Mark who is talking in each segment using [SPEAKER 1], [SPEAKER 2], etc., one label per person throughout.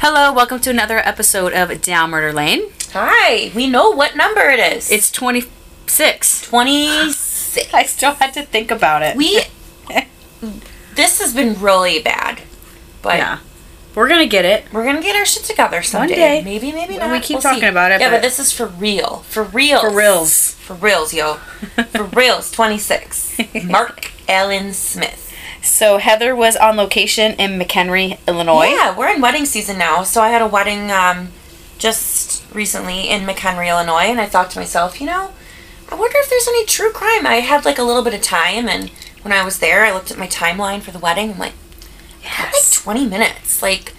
[SPEAKER 1] Hello, welcome to another episode of Down Murder Lane.
[SPEAKER 2] Hi, we know what number it is.
[SPEAKER 1] It's 26.
[SPEAKER 2] 26.
[SPEAKER 1] I still had to think about it.
[SPEAKER 2] We. this has been really bad. But
[SPEAKER 1] yeah. We're going to get it.
[SPEAKER 2] we're going to get our shit together someday.
[SPEAKER 1] day.
[SPEAKER 2] Maybe, maybe
[SPEAKER 1] Well,
[SPEAKER 2] not.
[SPEAKER 1] we keep
[SPEAKER 2] We'll
[SPEAKER 1] talking
[SPEAKER 2] see.
[SPEAKER 1] about it,
[SPEAKER 2] Yeah, but,
[SPEAKER 1] but-
[SPEAKER 2] this is for real. For real.
[SPEAKER 1] For reals.
[SPEAKER 2] For reals, yo. For reals, 26. Mark Allen Smith.
[SPEAKER 1] So Heather was on location in McHenry, Illinois.
[SPEAKER 2] Yeah, we're in wedding season now. So I had a wedding um, just recently in McHenry, Illinois, and I thought to myself, you know, I wonder if there's any true crime. I had like a little bit of time, and when I was there, I looked at my timeline for the wedding. I'm like, "I have, like 20 minutes. Like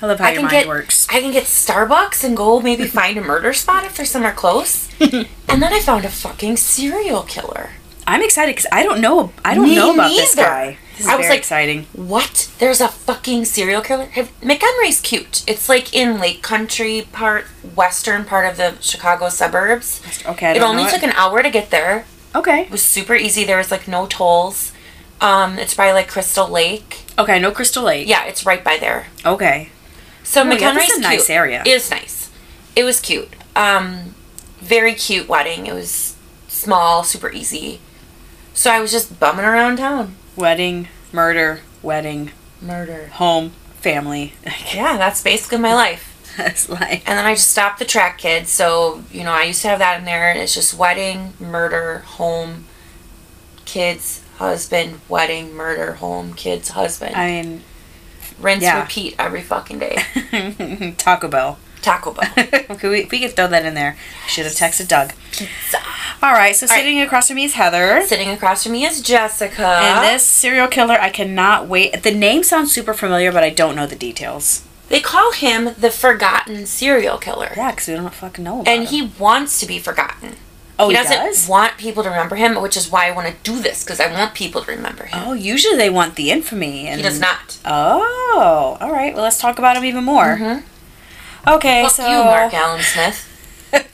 [SPEAKER 1] I love how
[SPEAKER 2] I
[SPEAKER 1] your
[SPEAKER 2] can
[SPEAKER 1] mind
[SPEAKER 2] get
[SPEAKER 1] works.
[SPEAKER 2] I can get Starbucks and go maybe find a murder spot if there's somewhere close. and then I found a fucking serial killer.
[SPEAKER 1] I'm excited because I don't know. I don't
[SPEAKER 2] Me
[SPEAKER 1] know about this
[SPEAKER 2] neither.
[SPEAKER 1] guy. This is
[SPEAKER 2] I was
[SPEAKER 1] very
[SPEAKER 2] like-
[SPEAKER 1] exciting.
[SPEAKER 2] What? There's a fucking serial killer? Have, McHenry's cute. It's like in Lake Country part, western part of the Chicago suburbs.
[SPEAKER 1] Okay, I
[SPEAKER 2] It
[SPEAKER 1] don't
[SPEAKER 2] only
[SPEAKER 1] know
[SPEAKER 2] took an hour to get there.
[SPEAKER 1] okay.
[SPEAKER 2] It was super easy. There was like no tolls. Um, it's by like Crystal Lake.
[SPEAKER 1] Okay, no Crystal Lake.
[SPEAKER 2] Yeah, it's right by there.
[SPEAKER 1] Okay.
[SPEAKER 2] So
[SPEAKER 1] Oh, yeah,
[SPEAKER 2] McHenry's
[SPEAKER 1] that's a
[SPEAKER 2] cute.
[SPEAKER 1] nice area.
[SPEAKER 2] It was nice. It was cute. Um, very cute wedding. It was small, super easy. So I was just bumming around town.
[SPEAKER 1] Wedding, murder, wedding,
[SPEAKER 2] Murder.
[SPEAKER 1] home, family.
[SPEAKER 2] Yeah, that's basically my life.
[SPEAKER 1] That's like
[SPEAKER 2] And then I just stopped the track kids. So, you know, I used to have that in there. And it's just wedding, murder, home, kids, husband, wedding, murder, home, kids, husband.
[SPEAKER 1] I
[SPEAKER 2] Rinse,
[SPEAKER 1] yeah.
[SPEAKER 2] repeat every fucking day.
[SPEAKER 1] mean Taco Bell.
[SPEAKER 2] Taco Bell.
[SPEAKER 1] okay, we, we could throw that in there. Should have texted Doug. All right, so
[SPEAKER 2] right.
[SPEAKER 1] sitting across from me is Heather.
[SPEAKER 2] Sitting across from me is Jessica.
[SPEAKER 1] And this serial killer, I cannot wait. The name sounds super familiar, but I don't know the details.
[SPEAKER 2] They call him the forgotten serial killer.
[SPEAKER 1] Yeah, because we don't fucking know. About him.
[SPEAKER 2] And he wants to be forgotten.
[SPEAKER 1] oh
[SPEAKER 2] he
[SPEAKER 1] he
[SPEAKER 2] doesn't
[SPEAKER 1] does?
[SPEAKER 2] want people to remember him, which is why I want to do this, because I want people to remember him.
[SPEAKER 1] oh, usually they want the infamy. And
[SPEAKER 2] He does not.
[SPEAKER 1] Oh, all right. Well, let's talk about him even more.
[SPEAKER 2] Mhm.
[SPEAKER 1] Okay,
[SPEAKER 2] Fuck
[SPEAKER 1] so
[SPEAKER 2] you, Mark Allen Smith.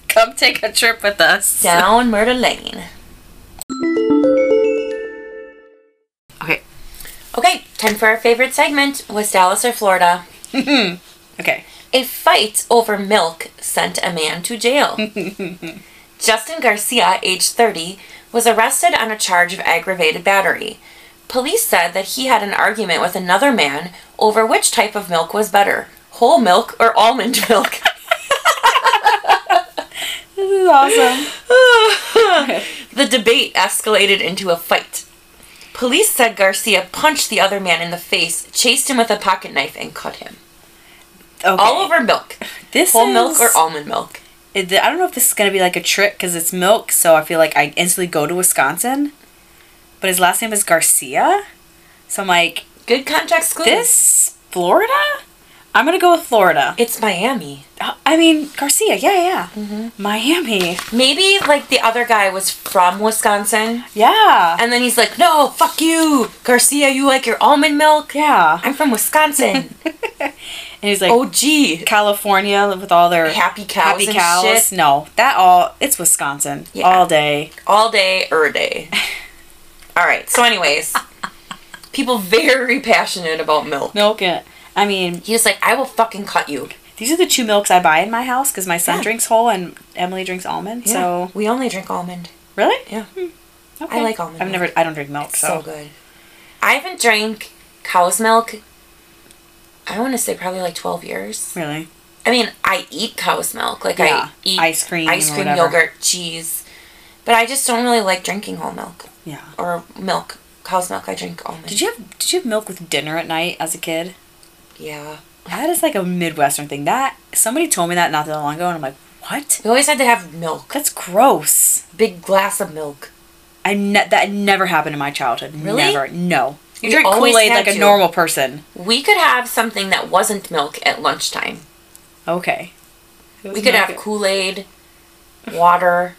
[SPEAKER 1] come take a trip with us.
[SPEAKER 2] down Murder Lane.
[SPEAKER 1] Okay.
[SPEAKER 2] Okay, time for our favorite segment was Dallas or Florida.
[SPEAKER 1] okay.
[SPEAKER 2] A fight over milk sent a man to jail. Justin Garcia, age 30, was arrested on a charge of aggravated battery. Police said that he had an argument with another man over which type of milk was better whole milk or almond milk.
[SPEAKER 1] This is awesome.
[SPEAKER 2] The debate escalated into a fight. Police said Garcia punched the other man in the face, chased him with a pocket knife, and cut him.
[SPEAKER 1] Okay.
[SPEAKER 2] All over milk.
[SPEAKER 1] this
[SPEAKER 2] Whole milk or
[SPEAKER 1] is-
[SPEAKER 2] almond milk?
[SPEAKER 1] It- I don't know if this is gonna be like a trick because it's milk, so I feel like I instantly go to Wisconsin. But his last name is Garcia, so I'm like,
[SPEAKER 2] Good context clues.
[SPEAKER 1] this Florida? I'm gonna go with Florida.
[SPEAKER 2] It's Miami.
[SPEAKER 1] I mean Garcia, yeah, yeah.
[SPEAKER 2] Mm-hmm.
[SPEAKER 1] Miami,
[SPEAKER 2] Maybe, like, the other guy was from Wisconsin,
[SPEAKER 1] yeah,
[SPEAKER 2] and then he's like, no, fuck you, Garcia, you like your almond milk?
[SPEAKER 1] yeah.
[SPEAKER 2] I'm from Wisconsin.
[SPEAKER 1] And he's like
[SPEAKER 2] oh, gee.
[SPEAKER 1] California with all their
[SPEAKER 2] Happy cows
[SPEAKER 1] happy
[SPEAKER 2] and
[SPEAKER 1] cows.
[SPEAKER 2] shit.
[SPEAKER 1] No, that all it's Wisconsin
[SPEAKER 2] Yeah.
[SPEAKER 1] all day.
[SPEAKER 2] all day er day all right so anyways people very passionate about milk
[SPEAKER 1] Milk it. I mean,
[SPEAKER 2] he was like i will fucking cut you
[SPEAKER 1] these are the two milks I buy in my house because my son
[SPEAKER 2] Yeah.
[SPEAKER 1] drinks whole and Emily drinks almond. So
[SPEAKER 2] we only drink almond
[SPEAKER 1] really,
[SPEAKER 2] yeah
[SPEAKER 1] Okay.
[SPEAKER 2] I like almond
[SPEAKER 1] I've
[SPEAKER 2] milk.
[SPEAKER 1] never. I don't drink milk,
[SPEAKER 2] so
[SPEAKER 1] so,
[SPEAKER 2] good i haven't drank cow's milk i want to say probably like 12 years
[SPEAKER 1] really.
[SPEAKER 2] i mean i eat cow's milk like
[SPEAKER 1] Yeah.
[SPEAKER 2] i eat
[SPEAKER 1] Ice cream
[SPEAKER 2] ice
[SPEAKER 1] or
[SPEAKER 2] cream
[SPEAKER 1] whatever.
[SPEAKER 2] yogurt cheese but i just don't really like drinking whole milk
[SPEAKER 1] Yeah.
[SPEAKER 2] or milk cow's milk i drink almond
[SPEAKER 1] Did you have Did you have milk with dinner at night as a kid?
[SPEAKER 2] yeah
[SPEAKER 1] That is like a Midwestern thing. That somebody told me that not that long ago, and I'm like, what?
[SPEAKER 2] we always had to have milk
[SPEAKER 1] That's gross.
[SPEAKER 2] big glass of milk
[SPEAKER 1] I ne- that never happened in my childhood.
[SPEAKER 2] Really?
[SPEAKER 1] Never. No. You
[SPEAKER 2] We
[SPEAKER 1] drink
[SPEAKER 2] always
[SPEAKER 1] Kool Aid
[SPEAKER 2] had
[SPEAKER 1] like a
[SPEAKER 2] to.
[SPEAKER 1] normal person.
[SPEAKER 2] We could have something that wasn't milk at lunchtime.
[SPEAKER 1] Okay.
[SPEAKER 2] We could have Kool Aid, water,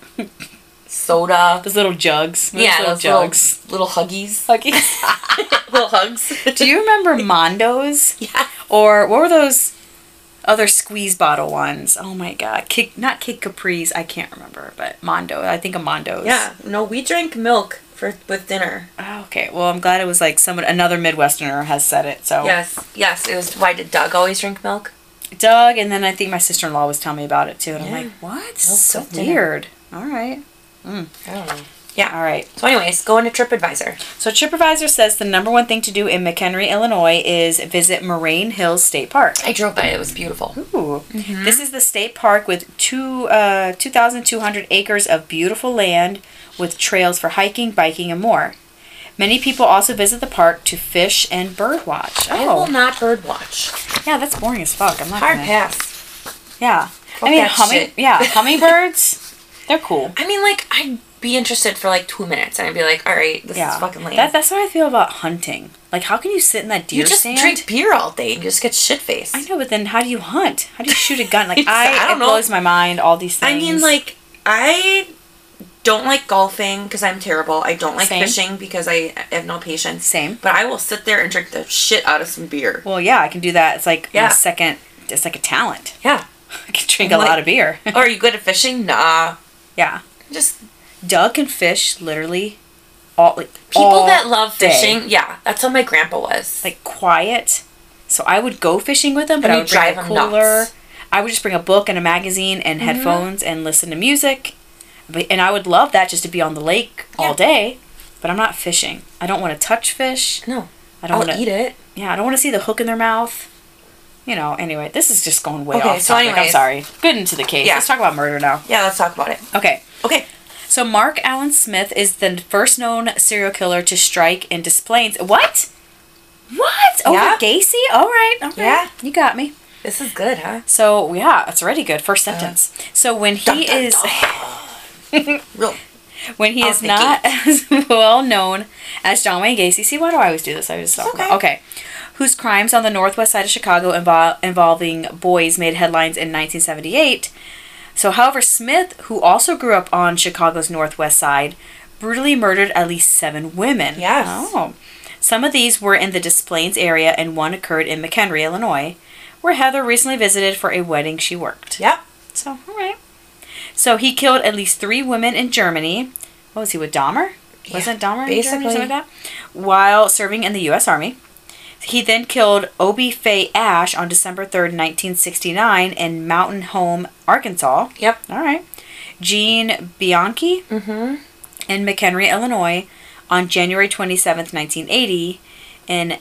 [SPEAKER 2] soda.
[SPEAKER 1] those little jugs. Those
[SPEAKER 2] yeah,
[SPEAKER 1] little
[SPEAKER 2] those
[SPEAKER 1] jugs.
[SPEAKER 2] little, little huggies,
[SPEAKER 1] Okay.
[SPEAKER 2] little hugs.
[SPEAKER 1] Do you remember Mondos?
[SPEAKER 2] Yeah,
[SPEAKER 1] Or what were those other squeeze bottle ones? Oh my god, Kid, not Kid Capri's. I can't remember, but Mondo. I think a Mondo's.
[SPEAKER 2] yeah. No, we drank milk for with dinner.
[SPEAKER 1] Oh, okay. Well, I'm glad it
[SPEAKER 2] Oh.
[SPEAKER 1] was like someone another Midwesterner has said it. So
[SPEAKER 2] Yes, yes. It was. Why did Doug always drink milk?
[SPEAKER 1] Doug, and then I think my sister in law was telling me about it too, and
[SPEAKER 2] Yeah.
[SPEAKER 1] I'm like, what? This
[SPEAKER 2] Oh,
[SPEAKER 1] is so
[SPEAKER 2] good dinner.
[SPEAKER 1] weird. All right.
[SPEAKER 2] I don't know.
[SPEAKER 1] All right.
[SPEAKER 2] So, anyways, go into TripAdvisor.
[SPEAKER 1] So TripAdvisor says the number one thing to do in McHenry, Illinois, is visit Moraine Hills State Park.
[SPEAKER 2] I drove by. It was beautiful.
[SPEAKER 1] Ooh.
[SPEAKER 2] Mm-hmm.
[SPEAKER 1] This is the state park with two uh, 2,200 acres of beautiful land with trails for hiking, biking, and more. Many people also visit the park to fish and bird watch.
[SPEAKER 2] I will
[SPEAKER 1] Oh,
[SPEAKER 2] not bird watch.
[SPEAKER 1] yeah, that's boring as fuck. I'm not
[SPEAKER 2] Hard
[SPEAKER 1] gonna-
[SPEAKER 2] pass.
[SPEAKER 1] Yeah.
[SPEAKER 2] Fuck
[SPEAKER 1] I mean,
[SPEAKER 2] that
[SPEAKER 1] humming.
[SPEAKER 2] shit.
[SPEAKER 1] Yeah, hummingbirds. They're cool.
[SPEAKER 2] I mean, like, I'd be interested for like two minutes and I'd be like, all right, this
[SPEAKER 1] Yeah.
[SPEAKER 2] is fucking lame.
[SPEAKER 1] That, that's how I feel about hunting. Like, how can you sit in that deer
[SPEAKER 2] you just
[SPEAKER 1] stand?
[SPEAKER 2] drink beer all day and you just get shit faced.
[SPEAKER 1] I know, but then how do you hunt? How do you shoot a gun? Like,
[SPEAKER 2] It's-
[SPEAKER 1] I,
[SPEAKER 2] I don't
[SPEAKER 1] it
[SPEAKER 2] know.
[SPEAKER 1] blows my mind. All these things.
[SPEAKER 2] I mean, like, I don't like golfing because I'm terrible. I don't like
[SPEAKER 1] Same.
[SPEAKER 2] fishing because I have no patience.
[SPEAKER 1] Same.
[SPEAKER 2] But I will sit there and drink the shit out of some beer.
[SPEAKER 1] Well, yeah, I can do that. It's like my
[SPEAKER 2] Yeah.
[SPEAKER 1] second. It's like a talent.
[SPEAKER 2] Yeah.
[SPEAKER 1] I can drink
[SPEAKER 2] I'm
[SPEAKER 1] a lot
[SPEAKER 2] like-
[SPEAKER 1] of beer.
[SPEAKER 2] oh, are you good at fishing? Nah.
[SPEAKER 1] yeah.
[SPEAKER 2] Just
[SPEAKER 1] Doug can fish literally all like
[SPEAKER 2] people
[SPEAKER 1] all
[SPEAKER 2] that love
[SPEAKER 1] day.
[SPEAKER 2] fishing. Yeah, that's how my grandpa was.
[SPEAKER 1] like quiet. So I would go fishing with him, but
[SPEAKER 2] And
[SPEAKER 1] I
[SPEAKER 2] you
[SPEAKER 1] would bring
[SPEAKER 2] drive
[SPEAKER 1] a
[SPEAKER 2] 'em
[SPEAKER 1] cooler.
[SPEAKER 2] nuts. Mm-hmm.
[SPEAKER 1] I would just bring a book and a magazine and headphones and listen to music. But and I would love that just to be on the lake all
[SPEAKER 2] Yeah.
[SPEAKER 1] day. But I'm not fishing. I don't want to touch fish.
[SPEAKER 2] no,
[SPEAKER 1] I don't
[SPEAKER 2] I'll
[SPEAKER 1] want to
[SPEAKER 2] eat it.
[SPEAKER 1] Yeah, I don't want to see the hook in their mouth. You know. Anyway, this is just going way
[SPEAKER 2] Okay,
[SPEAKER 1] off
[SPEAKER 2] so
[SPEAKER 1] topic. I'm
[SPEAKER 2] anyways.
[SPEAKER 1] sorry. Good into the case.
[SPEAKER 2] Yeah.
[SPEAKER 1] Let's talk about murder now.
[SPEAKER 2] Yeah, let's talk about it.
[SPEAKER 1] Okay.
[SPEAKER 2] Okay.
[SPEAKER 1] So Mark Allen Smith is the first known serial killer to strike in Des Plaines. What? What? Over
[SPEAKER 2] Yeah.
[SPEAKER 1] Gacy? All right. All right.
[SPEAKER 2] Yeah.
[SPEAKER 1] You got me.
[SPEAKER 2] This is good, huh?
[SPEAKER 1] So yeah, that's already good. First sentence. so when he
[SPEAKER 2] Uh, Dun, dun,
[SPEAKER 1] is
[SPEAKER 2] Real.
[SPEAKER 1] when he
[SPEAKER 2] Out
[SPEAKER 1] is
[SPEAKER 2] the
[SPEAKER 1] not as well known as John Wayne Gacy. See, why do I always do this? I just talk
[SPEAKER 2] okay.
[SPEAKER 1] about okay. Whose crimes on the northwest side of Chicago invol- involving boys made headlines in 1978. So, however, Smith, who also grew up on Chicago's northwest side, brutally murdered at least seven women.
[SPEAKER 2] Yes.
[SPEAKER 1] Oh. Some of these were in the Des Plaines area, and one occurred in McHenry, Illinois, where Heather recently visited for a wedding she worked.
[SPEAKER 2] Yep.
[SPEAKER 1] So, all right. So he killed at least three women in Germany. What was he with Dahmer? Wasn't Dahmer in Germany, or something
[SPEAKER 2] basically.
[SPEAKER 1] like that? While serving in the U.S. Army. He then killed Obie Faye Ash on December 3rd, 1969, in Mountain Home, Arkansas.
[SPEAKER 2] Yep.
[SPEAKER 1] All right. Jean Bianchi
[SPEAKER 2] Mm-hmm.
[SPEAKER 1] in McHenry, Illinois, on January 27th, 1980, and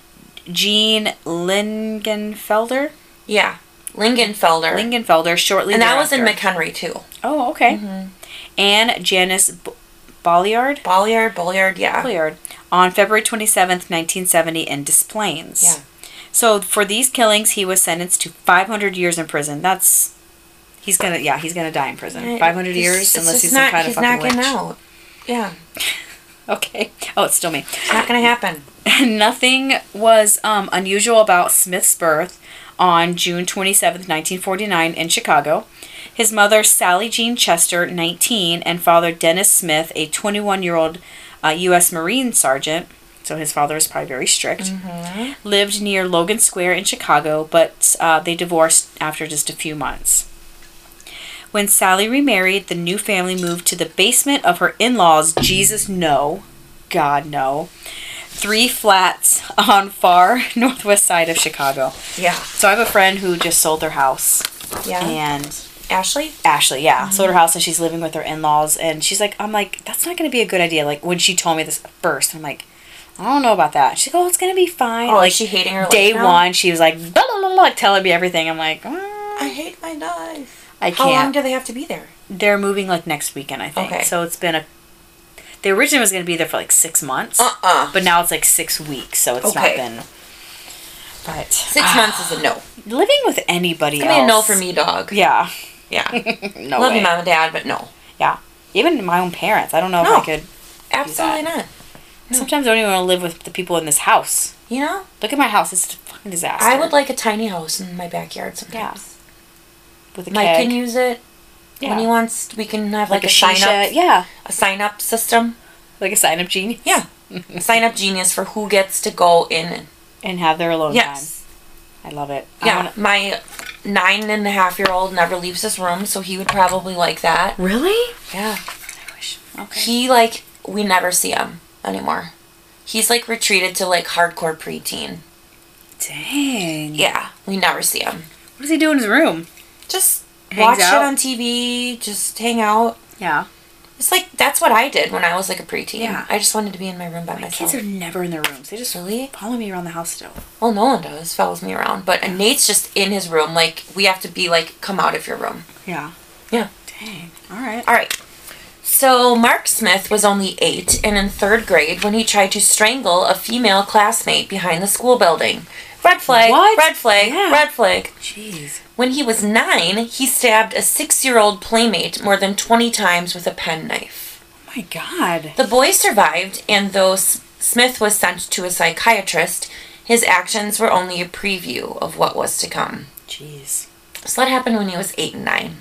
[SPEAKER 1] Jean Lingenfelder,
[SPEAKER 2] Yeah. Lingenfelder.
[SPEAKER 1] Lingenfelder shortly
[SPEAKER 2] Er. and that was in
[SPEAKER 1] thereafter.
[SPEAKER 2] McHenry too.
[SPEAKER 1] Oh, okay. And Janice B- Bolliard,
[SPEAKER 2] Bolliard, Bolliard, yeah.
[SPEAKER 1] Bolliard on February 27th, 1970 in Des Plaines.
[SPEAKER 2] Yeah.
[SPEAKER 1] So for these killings, he was sentenced to 500 years in prison. That's he's gonna yeah he's gonna die in prison. 500
[SPEAKER 2] He's-
[SPEAKER 1] years
[SPEAKER 2] it's
[SPEAKER 1] unless
[SPEAKER 2] just
[SPEAKER 1] he's some
[SPEAKER 2] not-
[SPEAKER 1] kind of
[SPEAKER 2] he's
[SPEAKER 1] fucking
[SPEAKER 2] not getting
[SPEAKER 1] witch.
[SPEAKER 2] out. Yeah,
[SPEAKER 1] Okay. Oh, it's still me.
[SPEAKER 2] it's not gonna happen.
[SPEAKER 1] Nothing was um, unusual about Smith's birth on June 27, 1949, in Chicago. His mother, Sally Jean Chester, 19, and father, Dennis Smith, a 21 year old uh, U.S. Marine sergeant, so his father was probably very strict, lived near Logan Square in Chicago, but uh, they divorced after just a few months. When Sally remarried, the new family moved to the basement of her in laws. Jesus, no. God, no. Three flats on far northwest side of Chicago.
[SPEAKER 2] Yeah,
[SPEAKER 1] So I have a friend who just sold their house
[SPEAKER 2] yeah. Mm-hmm.
[SPEAKER 1] and
[SPEAKER 2] Ashley,
[SPEAKER 1] Ashley, yeah, sold her house and she's living with her in laws. And she's like, I'm like, that's not going to be a good idea. Like, when she told me this first, I'm like, I don't know about that. She's like, oh, it's going to be fine.
[SPEAKER 2] Oh, is
[SPEAKER 1] like,
[SPEAKER 2] she hating her life
[SPEAKER 1] Day
[SPEAKER 2] now?
[SPEAKER 1] one, she was like, blah, blah, blah, blah, telling me everything. I'm like, mm,
[SPEAKER 2] I hate my life.
[SPEAKER 1] I
[SPEAKER 2] How long
[SPEAKER 1] can't.
[SPEAKER 2] do they have to be there?
[SPEAKER 1] They're moving like next weekend, I think.
[SPEAKER 2] Okay.
[SPEAKER 1] So it's been a. They originally was going to be there for like six months,
[SPEAKER 2] uh.
[SPEAKER 1] but now it's like six weeks, so it's not
[SPEAKER 2] Okay.
[SPEAKER 1] been. But
[SPEAKER 2] Six months is a no.
[SPEAKER 1] living with anybody
[SPEAKER 2] I
[SPEAKER 1] else.
[SPEAKER 2] mean, a no for Ah. me, dog.
[SPEAKER 1] Yeah.
[SPEAKER 2] Yeah,
[SPEAKER 1] No
[SPEAKER 2] love
[SPEAKER 1] way.
[SPEAKER 2] you, mom and dad, but no,
[SPEAKER 1] Yeah. Even my own parents. I don't know
[SPEAKER 2] No.
[SPEAKER 1] if I could.
[SPEAKER 2] absolutely not.
[SPEAKER 1] Sometimes I don't even want to live with the people in this house.
[SPEAKER 2] You know,
[SPEAKER 1] Look at my house. It's a fucking disaster.
[SPEAKER 2] I would like a tiny house in my backyard sometimes.
[SPEAKER 1] with a
[SPEAKER 2] Mike
[SPEAKER 1] keg.
[SPEAKER 2] can use it
[SPEAKER 1] yeah.
[SPEAKER 2] when he wants. We can have
[SPEAKER 1] like,
[SPEAKER 2] like,
[SPEAKER 1] a,
[SPEAKER 2] a, sign
[SPEAKER 1] shisha.
[SPEAKER 2] up,
[SPEAKER 1] Yeah.
[SPEAKER 2] a sign up system.
[SPEAKER 1] Like a sign up genie.
[SPEAKER 2] Yeah, sign up genius for who gets to go in.
[SPEAKER 1] And have their alone
[SPEAKER 2] Yes.
[SPEAKER 1] time. I love it. I
[SPEAKER 2] Yeah,
[SPEAKER 1] wanna-
[SPEAKER 2] my nine and a half year old never leaves his room, so he would probably like that.
[SPEAKER 1] really?
[SPEAKER 2] Yeah.
[SPEAKER 1] I wish. Okay.
[SPEAKER 2] He, like, we never see him anymore. He's, like, retreated to, like, hardcore preteen.
[SPEAKER 1] Dang.
[SPEAKER 2] Yeah, we never see him.
[SPEAKER 1] What does he do in his room?
[SPEAKER 2] Just
[SPEAKER 1] Hangs
[SPEAKER 2] watch
[SPEAKER 1] out?
[SPEAKER 2] it on TV, just hang out.
[SPEAKER 1] Yeah.
[SPEAKER 2] It's like that's what I did when I was like a preteen.
[SPEAKER 1] Yeah.
[SPEAKER 2] I just wanted to be in my room by myself.
[SPEAKER 1] Kids are never in their rooms. They just
[SPEAKER 2] Really?
[SPEAKER 1] follow me around the house still.
[SPEAKER 2] Well, Nolan does follows me around, but Nate's just in his room. Like we have to be like, come out of your room.
[SPEAKER 1] Yeah.
[SPEAKER 2] Yeah.
[SPEAKER 1] Dang. All right.
[SPEAKER 2] All right. So Mark Smith was only eight and in third grade when he tried to strangle a female classmate behind the school building. Red flag.
[SPEAKER 1] What?
[SPEAKER 2] Red flag.
[SPEAKER 1] Yeah.
[SPEAKER 2] Red flag.
[SPEAKER 1] Jeez.
[SPEAKER 2] When he was nine, he stabbed a six-year-old playmate more than twenty times with a penknife.
[SPEAKER 1] Oh my God.
[SPEAKER 2] The boy survived, and though S- Smith was sent to a psychiatrist, his actions were only a preview of what was to come.
[SPEAKER 1] Jeez.
[SPEAKER 2] So that happened when he was eight and nine.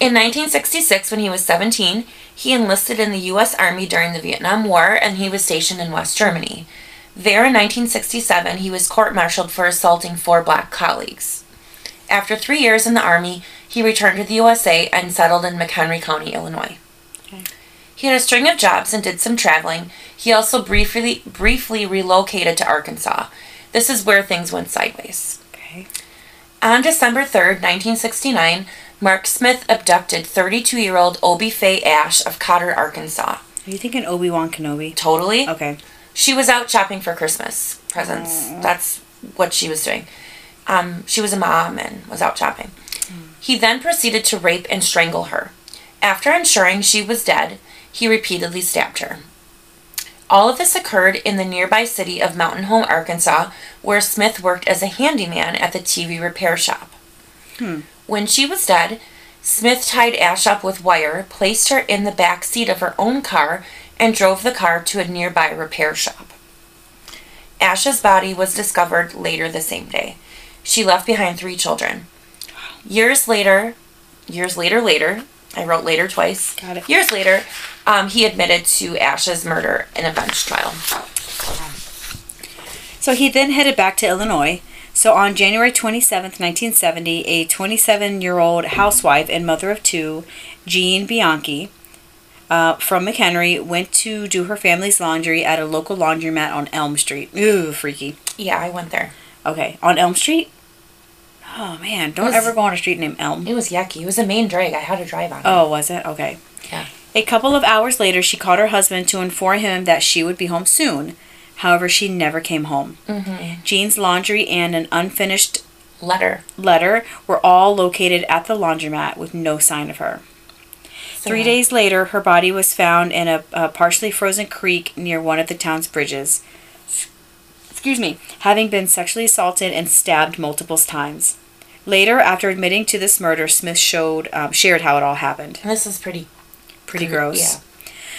[SPEAKER 2] In 1966, when he was 17, he enlisted in the U.S. Army during the Vietnam War and he was stationed in West Germany. There in 1967, he was court martialed for assaulting four black colleagues. After three years in the Army, he returned to the USA and settled in McHenry County, Illinois.
[SPEAKER 1] Okay.
[SPEAKER 2] He had a string of jobs and did some traveling. He also briefly, briefly relocated to Arkansas. This is where things went sideways.
[SPEAKER 1] Okay.
[SPEAKER 2] On December 3rd, 1969, Mark Smith abducted 32 year old Obi Fay Ash of Cotter, Arkansas.
[SPEAKER 1] Are you thinking Obi Wan Kenobi?
[SPEAKER 2] Totally.
[SPEAKER 1] Okay.
[SPEAKER 2] She was out shopping for Christmas presents. That's what she was doing. Um, she was a mom and was out shopping. He then proceeded to rape and strangle her. After ensuring she was dead, he repeatedly stabbed her. All of this occurred in the nearby city of Mountain Home, Arkansas, where Smith worked as a handyman at the TV repair shop. When she was dead, Smith tied Ash up with wire, placed her in the back seat of her own car, and drove the car to a nearby repair shop. Ash's body was discovered later the same day. She left behind three children. Years later, years later, later, I wrote later twice.
[SPEAKER 1] Got it.
[SPEAKER 2] Years later, um, he admitted to Ash's murder in a bench trial.
[SPEAKER 1] So he then headed back to Illinois. So on January 27th, 1970, a 27 year old housewife and mother of two, Jean Bianchi, uh, from McHenry, went to do her family's laundry at a local laundromat on Elm Street. Ooh, freaky.
[SPEAKER 2] Yeah, I went there.
[SPEAKER 1] Okay, on Elm Street? Oh man, don't
[SPEAKER 2] Was-
[SPEAKER 1] ever go on a street named Elm.
[SPEAKER 2] It was yucky. It was a main drag. I had to drive on. it.
[SPEAKER 1] Oh, was it? Okay.
[SPEAKER 2] Yeah.
[SPEAKER 1] A couple of hours later, she called her husband to inform him that she would be home soon. However, she never came home. Jean's laundry and an unfinished
[SPEAKER 2] Letter.
[SPEAKER 1] letter were all located at the laundromat with no sign of her. Three days later, her body was found in a, a partially frozen creek near one of the town's bridges. Excuse me, having been sexually assaulted and stabbed multiple times. Later, after admitting to this murder, Smith showed um, shared how it all happened.
[SPEAKER 2] This is pretty
[SPEAKER 1] Pretty gross.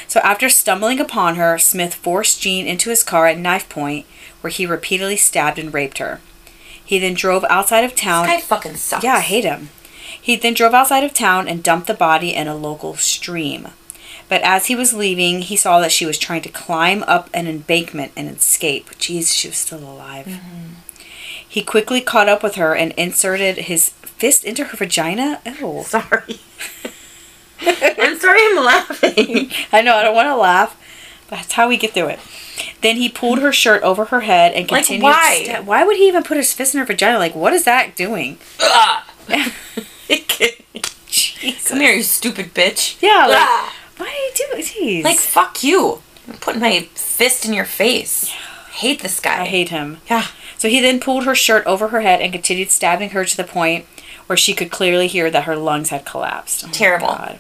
[SPEAKER 1] So after stumbling upon her, Smith forced Jean into his car at knife point, where he repeatedly stabbed and raped her. He then drove outside of town.
[SPEAKER 2] This guy fucking sucks.
[SPEAKER 1] Yeah, I hate him. He then drove outside of town and dumped the body in a local stream. But as he was leaving, he saw that she was trying to climb up an embankment and escape. Jeez, she was still alive. He quickly caught up with her and inserted his fist into her vagina. Oh,
[SPEAKER 2] Sorry. I'm sorry I'm laughing.
[SPEAKER 1] I know, I don't want to laugh. but That's how we get through it. Then he pulled her shirt over her head and
[SPEAKER 2] Like,
[SPEAKER 1] continued.
[SPEAKER 2] why?
[SPEAKER 1] sta- why would he even put his fist in her vagina? Like, what is that doing?
[SPEAKER 2] Come here, you stupid bitch.
[SPEAKER 1] Yeah, like,
[SPEAKER 2] Ah.
[SPEAKER 1] why do you do? Jeez.
[SPEAKER 2] Like, fuck you. I'm putting my fist in your face. hate this guy.
[SPEAKER 1] I hate him.
[SPEAKER 2] Yeah.
[SPEAKER 1] So he then pulled her shirt over her head and continued stabbing her to the point where she could clearly hear that her lungs had collapsed. Oh my
[SPEAKER 2] Terrible.
[SPEAKER 1] God.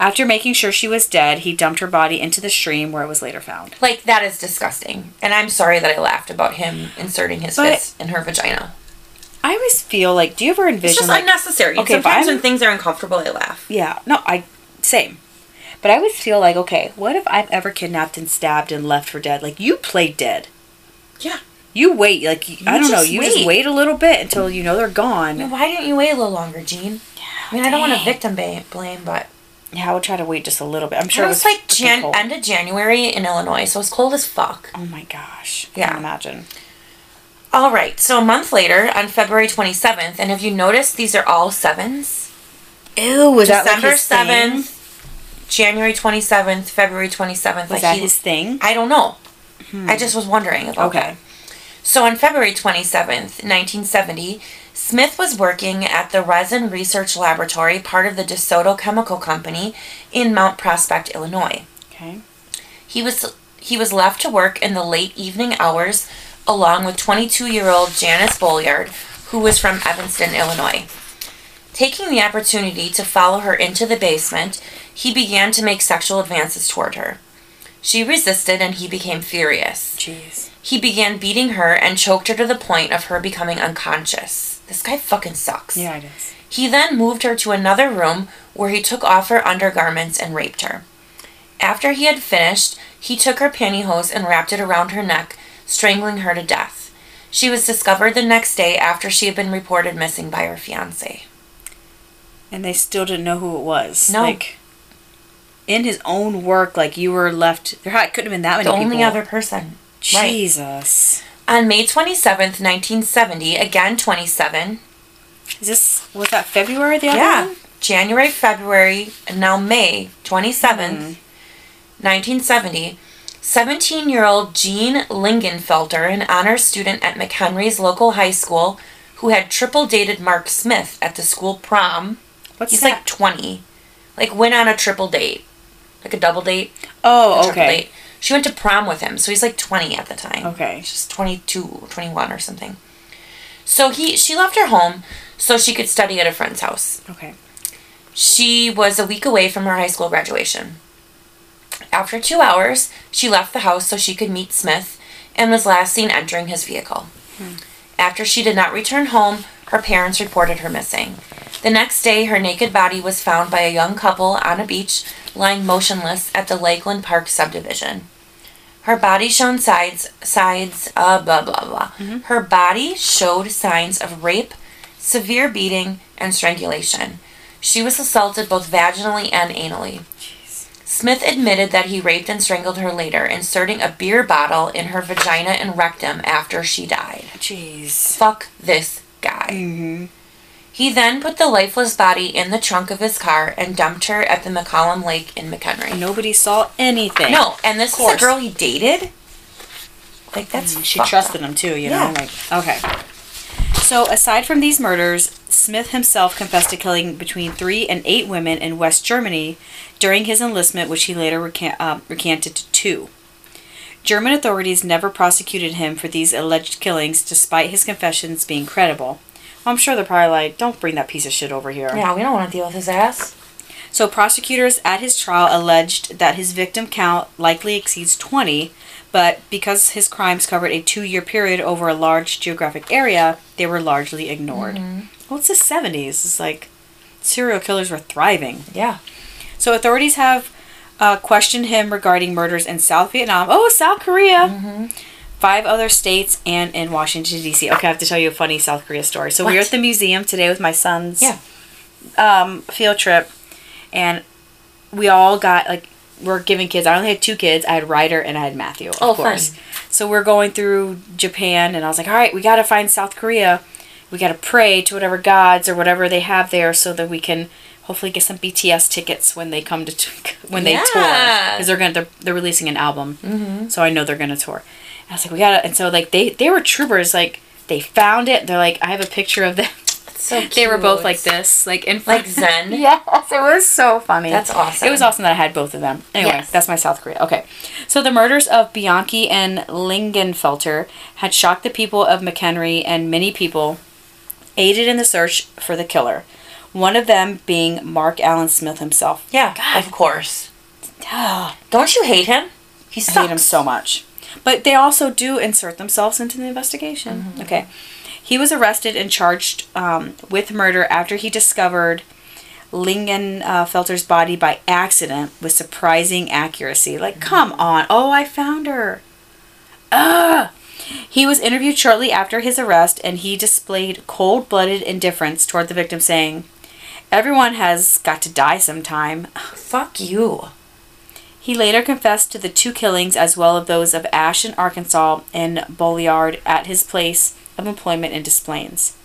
[SPEAKER 1] After making sure she was dead, he dumped her body into the stream where it was later found.
[SPEAKER 2] Like, that is disgusting. And I'm sorry that I laughed about him inserting his
[SPEAKER 1] But-
[SPEAKER 2] fist in her vagina.
[SPEAKER 1] I always feel like, do you ever envision?
[SPEAKER 2] It's just
[SPEAKER 1] like,
[SPEAKER 2] unnecessary.
[SPEAKER 1] Okay, if
[SPEAKER 2] Sometimes
[SPEAKER 1] I'm-
[SPEAKER 2] when things are uncomfortable, I laugh.
[SPEAKER 1] yeah, no, I same. But I always feel like, okay, what if I'm ever kidnapped and stabbed and left for dead? Like you play dead.
[SPEAKER 2] Yeah.
[SPEAKER 1] You wait, like you, I don't know.
[SPEAKER 2] just
[SPEAKER 1] You just
[SPEAKER 2] wait.
[SPEAKER 1] wait a little bit until you know they're gone.
[SPEAKER 2] Why didn't you wait a little longer, Jean? I mean, I don't want to
[SPEAKER 1] dang.
[SPEAKER 2] victim ba- blame, but
[SPEAKER 1] Yeah, I would try to wait just a little bit. I'm sure
[SPEAKER 2] it was like
[SPEAKER 1] freaking
[SPEAKER 2] Jan-
[SPEAKER 1] cold.
[SPEAKER 2] end of January in Illinois, so it's cold as fuck.
[SPEAKER 1] Oh my gosh! I
[SPEAKER 2] Yeah.
[SPEAKER 1] can imagine.
[SPEAKER 2] All right, so a month later, on February 27th, and if you notice, these are all sevens.
[SPEAKER 1] Ew, was
[SPEAKER 2] December
[SPEAKER 1] that like his
[SPEAKER 2] 7th, January 27th, February 27th.
[SPEAKER 1] thing? Was
[SPEAKER 2] like
[SPEAKER 1] that
[SPEAKER 2] he-
[SPEAKER 1] his thing?
[SPEAKER 2] I don't know. I just was wondering about
[SPEAKER 1] Okay.
[SPEAKER 2] that. So on February 27th, 1970, Smith was working at the Resin Research Laboratory, part of the DeSoto Chemical Company in Mount Prospect, Illinois.
[SPEAKER 1] Okay.
[SPEAKER 2] He was he was left to work in the late evening hours along with 22-year-old Janice Bolliard, who was from Evanston, Illinois. Taking the opportunity to follow her into the basement, he began to make sexual advances toward her. She resisted and he became furious.
[SPEAKER 1] Jeez.
[SPEAKER 2] He began beating her and choked her to the point of her becoming unconscious. This guy fucking sucks.
[SPEAKER 1] Yeah, it is.
[SPEAKER 2] He then moved her to another room where he took off her undergarments and raped her. After he had finished, he took her pantyhose and wrapped it around her neck, strangling her to death. She was discovered the next day after she had been reported missing by her fiance.
[SPEAKER 1] And they still didn't know who it was.
[SPEAKER 2] No.
[SPEAKER 1] Like, in his own work, like you were left. There had- couldn't have been that many
[SPEAKER 2] The only
[SPEAKER 1] people.
[SPEAKER 2] other person. right.
[SPEAKER 1] Jesus.
[SPEAKER 2] On May 27th, 1970, again 27,
[SPEAKER 1] Is this was that February? The other
[SPEAKER 2] yeah,
[SPEAKER 1] one?
[SPEAKER 2] January, February, and now May 27th,
[SPEAKER 1] Mm-hmm.
[SPEAKER 2] 1970, 17 year old Jean Lingenfelter, an honors student at McHenry's local high school, who had triple dated Mark Smith at the school prom.
[SPEAKER 1] What's
[SPEAKER 2] He's
[SPEAKER 1] that?
[SPEAKER 2] like 20. Like, went on a triple date, like a double date. a
[SPEAKER 1] oh,
[SPEAKER 2] triple
[SPEAKER 1] okay.
[SPEAKER 2] date. She went to prom with him, so he's like 20 at the time.
[SPEAKER 1] Okay.
[SPEAKER 2] She's 22, 21 or something. So he she left her home so she could study at a friend's house.
[SPEAKER 1] Okay.
[SPEAKER 2] She was a week away from her high school graduation. After two hours, she left the house so she could meet Smith and was last seen entering his vehicle. After she did not return home, her parents reported her missing. The next day, her naked body was found by a young couple on a beach lying motionless at the Lakeland Park subdivision. Her body showed signs, sides, uh, blah, blah, blah. Her body showed signs of rape, severe beating, and strangulation. She was assaulted both vaginally and anally. Smith admitted that he raped and strangled her later, inserting a beer bottle in her vagina and rectum after she died.
[SPEAKER 1] Jeez.
[SPEAKER 2] Fuck this guy.
[SPEAKER 1] Mm-hmm.
[SPEAKER 2] He then put the lifeless body in the trunk of his car and dumped her at the McCollum Lake in McHenry.
[SPEAKER 1] Nobody saw anything.
[SPEAKER 2] No, and this is a
[SPEAKER 1] course.
[SPEAKER 2] girl he dated? Like, that's.
[SPEAKER 1] Mm, She
[SPEAKER 2] fucked
[SPEAKER 1] trusted him too, you know?
[SPEAKER 2] Yeah.
[SPEAKER 1] Like, okay. So, aside from these murders, Smith himself confessed to killing between three and eight women in West Germany during his enlistment, which he later recan- um, recanted to two. German authorities never prosecuted him for these alleged killings, despite his confessions being credible. Well, I'm sure they're probably like, don't bring that piece of shit over here.
[SPEAKER 2] up. Yeah, we don't want to deal with his ass.
[SPEAKER 1] So prosecutors at his trial alleged that his victim count likely exceeds 20, but because his crimes covered a two-year period over a large geographic area, they were largely ignored. Well, it's the 70s. It's like serial killers were thriving.
[SPEAKER 2] Yeah.
[SPEAKER 1] So authorities have uh, questioned him regarding murders in South Vietnam. Oh, South Korea.
[SPEAKER 2] Mm-hmm.
[SPEAKER 1] Five other states and in Washington, D.C. Okay, I have to tell you a funny South Korea story. So we were
[SPEAKER 2] What?
[SPEAKER 1] at the museum today with my son's
[SPEAKER 2] Yeah.
[SPEAKER 1] um, field trip, and we all got like we're giving kids. I only had two kids. I had Ryder and I had Matthew. Of
[SPEAKER 2] Oh, fun.
[SPEAKER 1] course. So we're going through Japan, and I was like, all right, we got to find South Korea. We got to pray to whatever gods or whatever they have there, so that we can hopefully get some BTS tickets when they come to t- when they tour
[SPEAKER 2] Yeah.
[SPEAKER 1] because they're gonna they're, they're releasing an album. Mm-hmm. So I know they're gonna tour. And I was like, we gotta, and so like they they were troopers. Like they found it. They're like, I have a picture of them.
[SPEAKER 2] So cute.
[SPEAKER 1] They were both like this, like in front.
[SPEAKER 2] Like Zen.
[SPEAKER 1] Yes, it was so funny.
[SPEAKER 2] That's awesome.
[SPEAKER 1] It was awesome that I had both of them. Anyway,
[SPEAKER 2] Yes.
[SPEAKER 1] that's my South Korea. Okay. So the murders of Bianchi and Lingenfelter had shocked the people of McHenry and many people aided in the search for the killer. One of them being Mark Allen Smith himself.
[SPEAKER 2] Yeah, of course.
[SPEAKER 1] I
[SPEAKER 2] Don't you hate him? He sucks.
[SPEAKER 1] hate him so much. But they also do insert themselves into the investigation. Okay. He was arrested and charged um, with murder after he discovered Lingenfelter's body by accident with surprising accuracy. Like, come on. Oh, I found her. Ugh. He was interviewed shortly after his arrest and he displayed cold blooded indifference toward the victim, saying, Everyone has got to die sometime.
[SPEAKER 2] Fuck you.
[SPEAKER 1] He later confessed to the two killings as well as those of Ash in Arkansas and Bolliard at his place of employment in Des Plaines.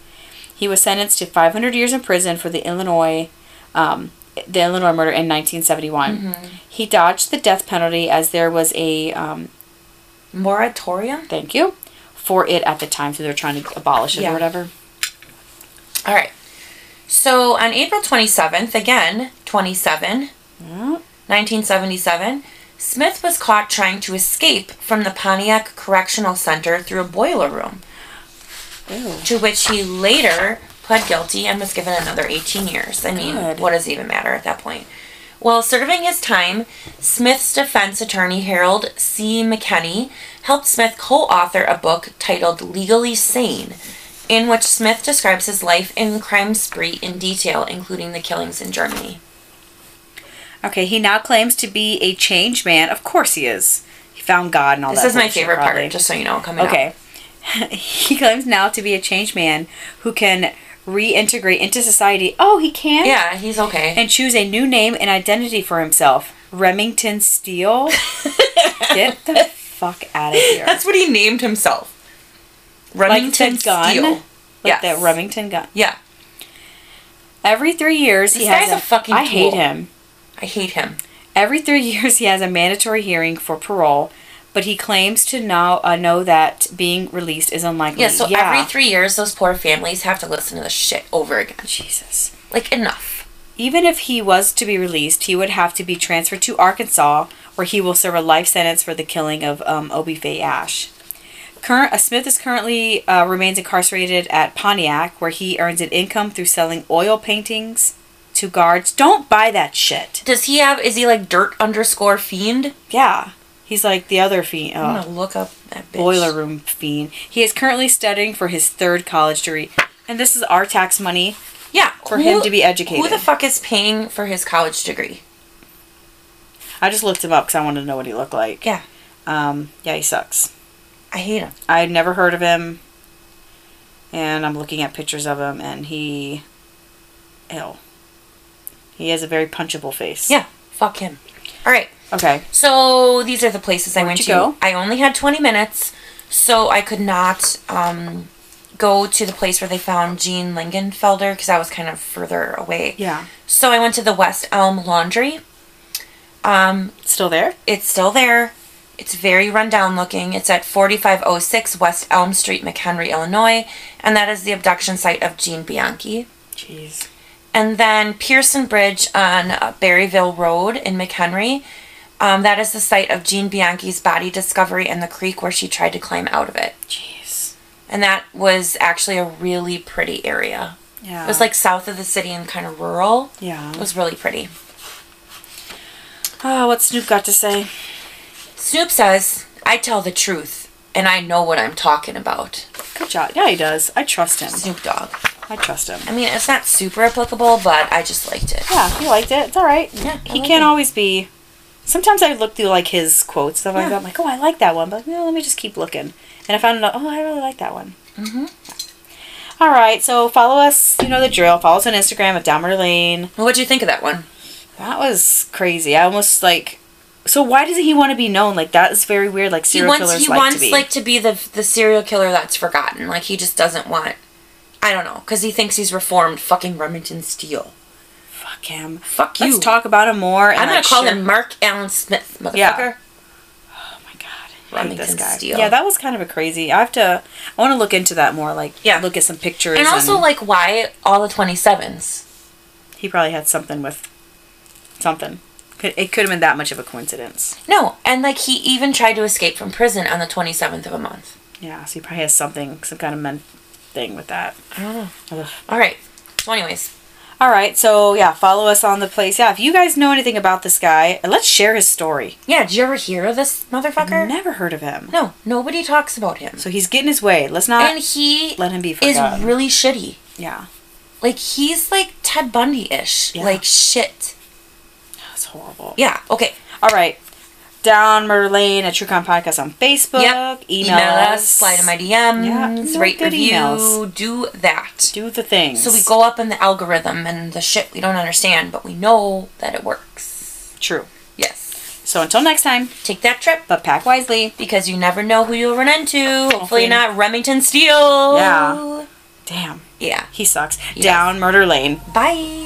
[SPEAKER 1] He was sentenced to 500 years in prison for the Illinois um, the Illinois murder in 1971.
[SPEAKER 2] Mm-hmm.
[SPEAKER 1] He dodged the death penalty as there was a um,
[SPEAKER 2] Moratorium?
[SPEAKER 1] thank you for it at the time, so they're trying to abolish it
[SPEAKER 2] Yeah.
[SPEAKER 1] or whatever.
[SPEAKER 2] All right. So on April 27th, again, 27,
[SPEAKER 1] Yeah.
[SPEAKER 2] 1977, Smith was caught trying to escape from the Pontiac Correctional Center through a boiler room,
[SPEAKER 1] Ew.
[SPEAKER 2] to which he later pled guilty and was given another 18 years. I mean,
[SPEAKER 1] Good.
[SPEAKER 2] what does it even matter at that point? While serving his time, Smith's defense attorney Harold C. McKenney helped Smith co author a book titled Legally Sane, in which Smith describes his life and crime spree in detail, including the killings in Germany.
[SPEAKER 1] Okay, he now claims to be a changed man. Of course he is. He found God and all
[SPEAKER 2] This
[SPEAKER 1] that.
[SPEAKER 2] is my
[SPEAKER 1] bullshit,
[SPEAKER 2] favorite
[SPEAKER 1] probably.
[SPEAKER 2] part, just so you know, coming up.
[SPEAKER 1] Okay. he claims now to be a changed man who can reintegrate into society. Oh, he can?
[SPEAKER 2] Yeah, he's okay.
[SPEAKER 1] And choose a new name and identity for himself. Remington Steele? Get the fuck out of here.
[SPEAKER 2] That's what he named himself.
[SPEAKER 1] like
[SPEAKER 2] Remington
[SPEAKER 1] the gun?
[SPEAKER 2] Steele.
[SPEAKER 1] Like
[SPEAKER 2] Yes.
[SPEAKER 1] the Remington gun.
[SPEAKER 2] Yeah,
[SPEAKER 1] Every three years, he
[SPEAKER 2] This
[SPEAKER 1] has
[SPEAKER 2] guy's a fucking
[SPEAKER 1] I hate
[SPEAKER 2] tool.
[SPEAKER 1] him.
[SPEAKER 2] I hate him.
[SPEAKER 1] Every three years, he has a mandatory hearing for parole, but he claims to now uh, know that being released is unlikely.
[SPEAKER 2] Yeah, so every three years, those poor families have to listen to this shit over again.
[SPEAKER 1] Jesus.
[SPEAKER 2] Like, enough.
[SPEAKER 1] Even if he was to be released, he would have to be transferred to Arkansas, where he will serve a life sentence for the killing of um, Obi Faye Ash. Current, uh, Smith is currently uh, remains incarcerated at Pontiac, where he earns an income through selling oil paintings to guards. Don't buy that shit.
[SPEAKER 2] Does he have, is he like dirt underscore fiend?
[SPEAKER 1] Yeah, he's like the other fiend. Oh.
[SPEAKER 2] I'm gonna look up that bitch.
[SPEAKER 1] boiler room fiend. He is currently studying for his third college degree, and this is our tax money.
[SPEAKER 2] Yeah,
[SPEAKER 1] for him to be educated.
[SPEAKER 2] Who the fuck is paying for his college degree?
[SPEAKER 1] I just looked him up because I wanted to know what he looked like.
[SPEAKER 2] Yeah.
[SPEAKER 1] Um. Yeah, he sucks.
[SPEAKER 2] I hate him.
[SPEAKER 1] I'd never heard of him, and I'm looking at pictures of him, and he, ill. He has a very punchable face.
[SPEAKER 2] Yeah, fuck him. All right.
[SPEAKER 1] Okay.
[SPEAKER 2] So these are the places I
[SPEAKER 1] Where'd
[SPEAKER 2] went
[SPEAKER 1] you
[SPEAKER 2] to.
[SPEAKER 1] go?
[SPEAKER 2] I only had 20 minutes, so I could not um, go to the place where they found Jean Lingenfelder because I was kind of further away.
[SPEAKER 1] Yeah.
[SPEAKER 2] So I went to the West Elm Laundry. Um,
[SPEAKER 1] Still there?
[SPEAKER 2] it's still there. It's very rundown looking. It's at 4506 West Elm Street, McHenry, Illinois, and that is the abduction site of Jean Bianchi.
[SPEAKER 1] Jeez.
[SPEAKER 2] And then Pearson Bridge on uh, Berryville Road in McHenry. Um, that is the site of Jean Bianchi's body discovery in the creek where she tried to climb out of it.
[SPEAKER 1] Jeez.
[SPEAKER 2] And that was actually a really pretty area.
[SPEAKER 1] Yeah.
[SPEAKER 2] It was like south of the city and kind of rural.
[SPEAKER 1] Yeah.
[SPEAKER 2] It was really pretty.
[SPEAKER 1] Oh, what Snoop got to say?
[SPEAKER 2] Snoop says, I tell the truth and I know what I'm talking about.
[SPEAKER 1] Good job. Yeah, he does. I trust him.
[SPEAKER 2] Snoop Dogg.
[SPEAKER 1] I trust him.
[SPEAKER 2] I mean, it's not super applicable, but I just liked it.
[SPEAKER 1] Yeah, he liked it. It's all right.
[SPEAKER 2] Yeah, I
[SPEAKER 1] he
[SPEAKER 2] like
[SPEAKER 1] can't
[SPEAKER 2] it.
[SPEAKER 1] always be. Sometimes I look through like his quotes stuff like
[SPEAKER 2] Yeah.
[SPEAKER 1] that. I'm like, oh, I like that one, but no, let me just keep looking. And I found another. Oh, I really like that one. Mm-hmm. All right, so follow us. You know the drill. Follow us on Instagram at Downward Lane.
[SPEAKER 2] Well, what'd you think of that one?
[SPEAKER 1] That was crazy. I almost like. So why doesn't he want to be known? Like that is very weird. Like
[SPEAKER 2] he
[SPEAKER 1] serial
[SPEAKER 2] wants
[SPEAKER 1] killers
[SPEAKER 2] he
[SPEAKER 1] like
[SPEAKER 2] wants
[SPEAKER 1] to be.
[SPEAKER 2] like to be the the serial killer that's forgotten. Like he just doesn't want. I don't know, because he thinks he's reformed. Fucking Remington Steele.
[SPEAKER 1] Fuck him.
[SPEAKER 2] Fuck you.
[SPEAKER 1] Let's talk about him more. and,
[SPEAKER 2] I'm gonna
[SPEAKER 1] like,
[SPEAKER 2] call
[SPEAKER 1] share-
[SPEAKER 2] him Mark Allen Smith, motherfucker.
[SPEAKER 1] Yeah. Oh my god. I hate
[SPEAKER 2] Remington
[SPEAKER 1] this guy.
[SPEAKER 2] Steele.
[SPEAKER 1] Yeah, that was kind of a crazy. I have to. I want to look into that more. Like,
[SPEAKER 2] Yeah.
[SPEAKER 1] look at some pictures.
[SPEAKER 2] And also, like, why all the 27s?
[SPEAKER 1] He probably had something with something. Could, it could have been that much of a coincidence.
[SPEAKER 2] No, and like he even tried to escape from prison on the 27th of a month.
[SPEAKER 1] Yeah, so he probably has something, some kind of men thing with that.
[SPEAKER 2] I don't know.
[SPEAKER 1] Ugh.
[SPEAKER 2] All right. Well, anyways,
[SPEAKER 1] All right, so yeah, follow us on the place. Yeah, if you guys know anything about this guy, let's share his story.
[SPEAKER 2] yeah. Did you ever hear of this motherfucker?
[SPEAKER 1] Never heard of him.
[SPEAKER 2] No, nobody talks about him.
[SPEAKER 1] So he's getting his way. Let's not.
[SPEAKER 2] and he
[SPEAKER 1] let him be
[SPEAKER 2] is
[SPEAKER 1] forgotten.
[SPEAKER 2] really shitty.
[SPEAKER 1] yeah,
[SPEAKER 2] Like he's like Ted Bundy ish.
[SPEAKER 1] Yeah.
[SPEAKER 2] Like shit.
[SPEAKER 1] that's horrible.
[SPEAKER 2] Yeah. Okay.
[SPEAKER 1] All right. Down Murder Lane at True Crime Podcast on Facebook.
[SPEAKER 2] Yep.
[SPEAKER 1] Email, us.
[SPEAKER 2] Slide in my DMs.
[SPEAKER 1] Yeah,
[SPEAKER 2] rate
[SPEAKER 1] good
[SPEAKER 2] review.
[SPEAKER 1] emails.
[SPEAKER 2] Do that.
[SPEAKER 1] Do the things.
[SPEAKER 2] So we go up in the algorithm and the shit we don't understand, but we know that it works.
[SPEAKER 1] True.
[SPEAKER 2] Yes.
[SPEAKER 1] So until next time,
[SPEAKER 2] Take that trip
[SPEAKER 1] but pack wisely.
[SPEAKER 2] because you never know who you'll run into. Hopefully
[SPEAKER 1] Hopefully.
[SPEAKER 2] not Remington Steele.
[SPEAKER 1] Yeah. Damn,
[SPEAKER 2] Yeah.
[SPEAKER 1] he sucks.
[SPEAKER 2] Yes.
[SPEAKER 1] Down Murder Lane.
[SPEAKER 2] Bye.